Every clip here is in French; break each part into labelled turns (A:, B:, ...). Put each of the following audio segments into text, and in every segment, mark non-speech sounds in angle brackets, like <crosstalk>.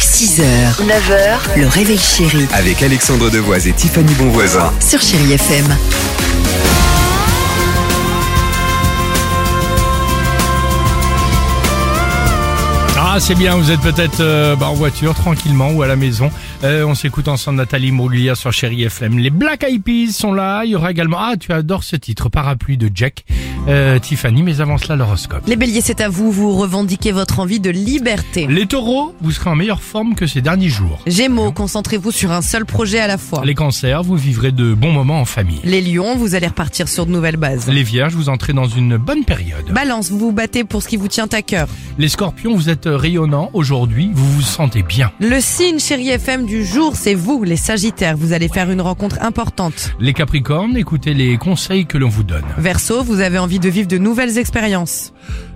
A: 6h, 9h, le réveil chéri
B: Avec Alexandre Devoise et Tiffany Bonvoisin.
A: sur Chéri FM.
C: Ah, c'est bien, vous êtes peut-être euh, bah, en voiture, tranquillement, ou à la maison. Euh, on s'écoute ensemble Nathalie Mourglia sur Chéri FM. Les Black Eyed Peas sont là, il y aura également... Ah, tu adores ce titre, Parapluie de Jack. Euh, Tiffany, mais avant cela, l'horoscope.
D: Les béliers, c'est à vous, vous revendiquez votre envie de liberté.
C: Les taureaux, vous serez en meilleure forme que ces derniers jours.
D: Gémeaux, concentrez-vous sur un seul projet à la fois.
C: Les cancers, vous vivrez de bons moments en famille.
D: Les lions, vous allez repartir sur de nouvelles bases.
C: Les vierges, vous entrez dans une bonne période.
D: Balance, vous vous battez pour ce qui vous tient à cœur.
C: Les scorpions, vous êtes rayonnants aujourd'hui, vous vous sentez bien.
D: Le signe chéri FM du jour, c'est vous, les sagittaires. Vous allez faire une rencontre importante.
C: Les capricornes, écoutez les conseils que l'on vous donne.
D: Verseau, vous avez envie de vivre de nouvelles expériences.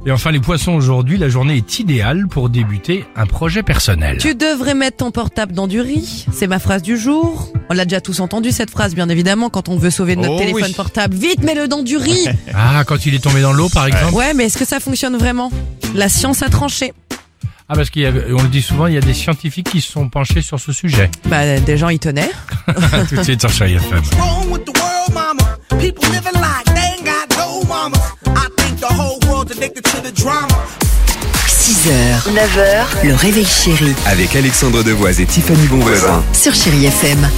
C: Et enfin les poissons aujourd'hui, la journée est idéale pour débuter un projet personnel.
D: Tu devrais mettre ton portable dans du riz. C'est ma phrase du jour. On l'a déjà tous entendu cette phrase, bien évidemment, quand on veut sauver notre
C: Oh
D: téléphone
C: oui.
D: portable. Vite, mets-le dans du riz.
C: Ah, quand il est tombé dans l'eau par exemple
D: Ouais, mais est-ce que ça fonctionne vraiment La science a tranché.
C: Ah parce qu'on le dit souvent, il y a des scientifiques qui se sont penchés sur ce sujet.
D: Bah, des gens y tenaient.
C: <laughs> À tout de suite sur Chérie FM.
E: wrong with the world, mama? People living like they ain't got no mama. I think the whole world's addicted to the drama.
A: 6h, 9h, le réveil chéri
B: Avec Alexandre Devoise et Tiffany Bonvoisin.
A: sur Chéri FM.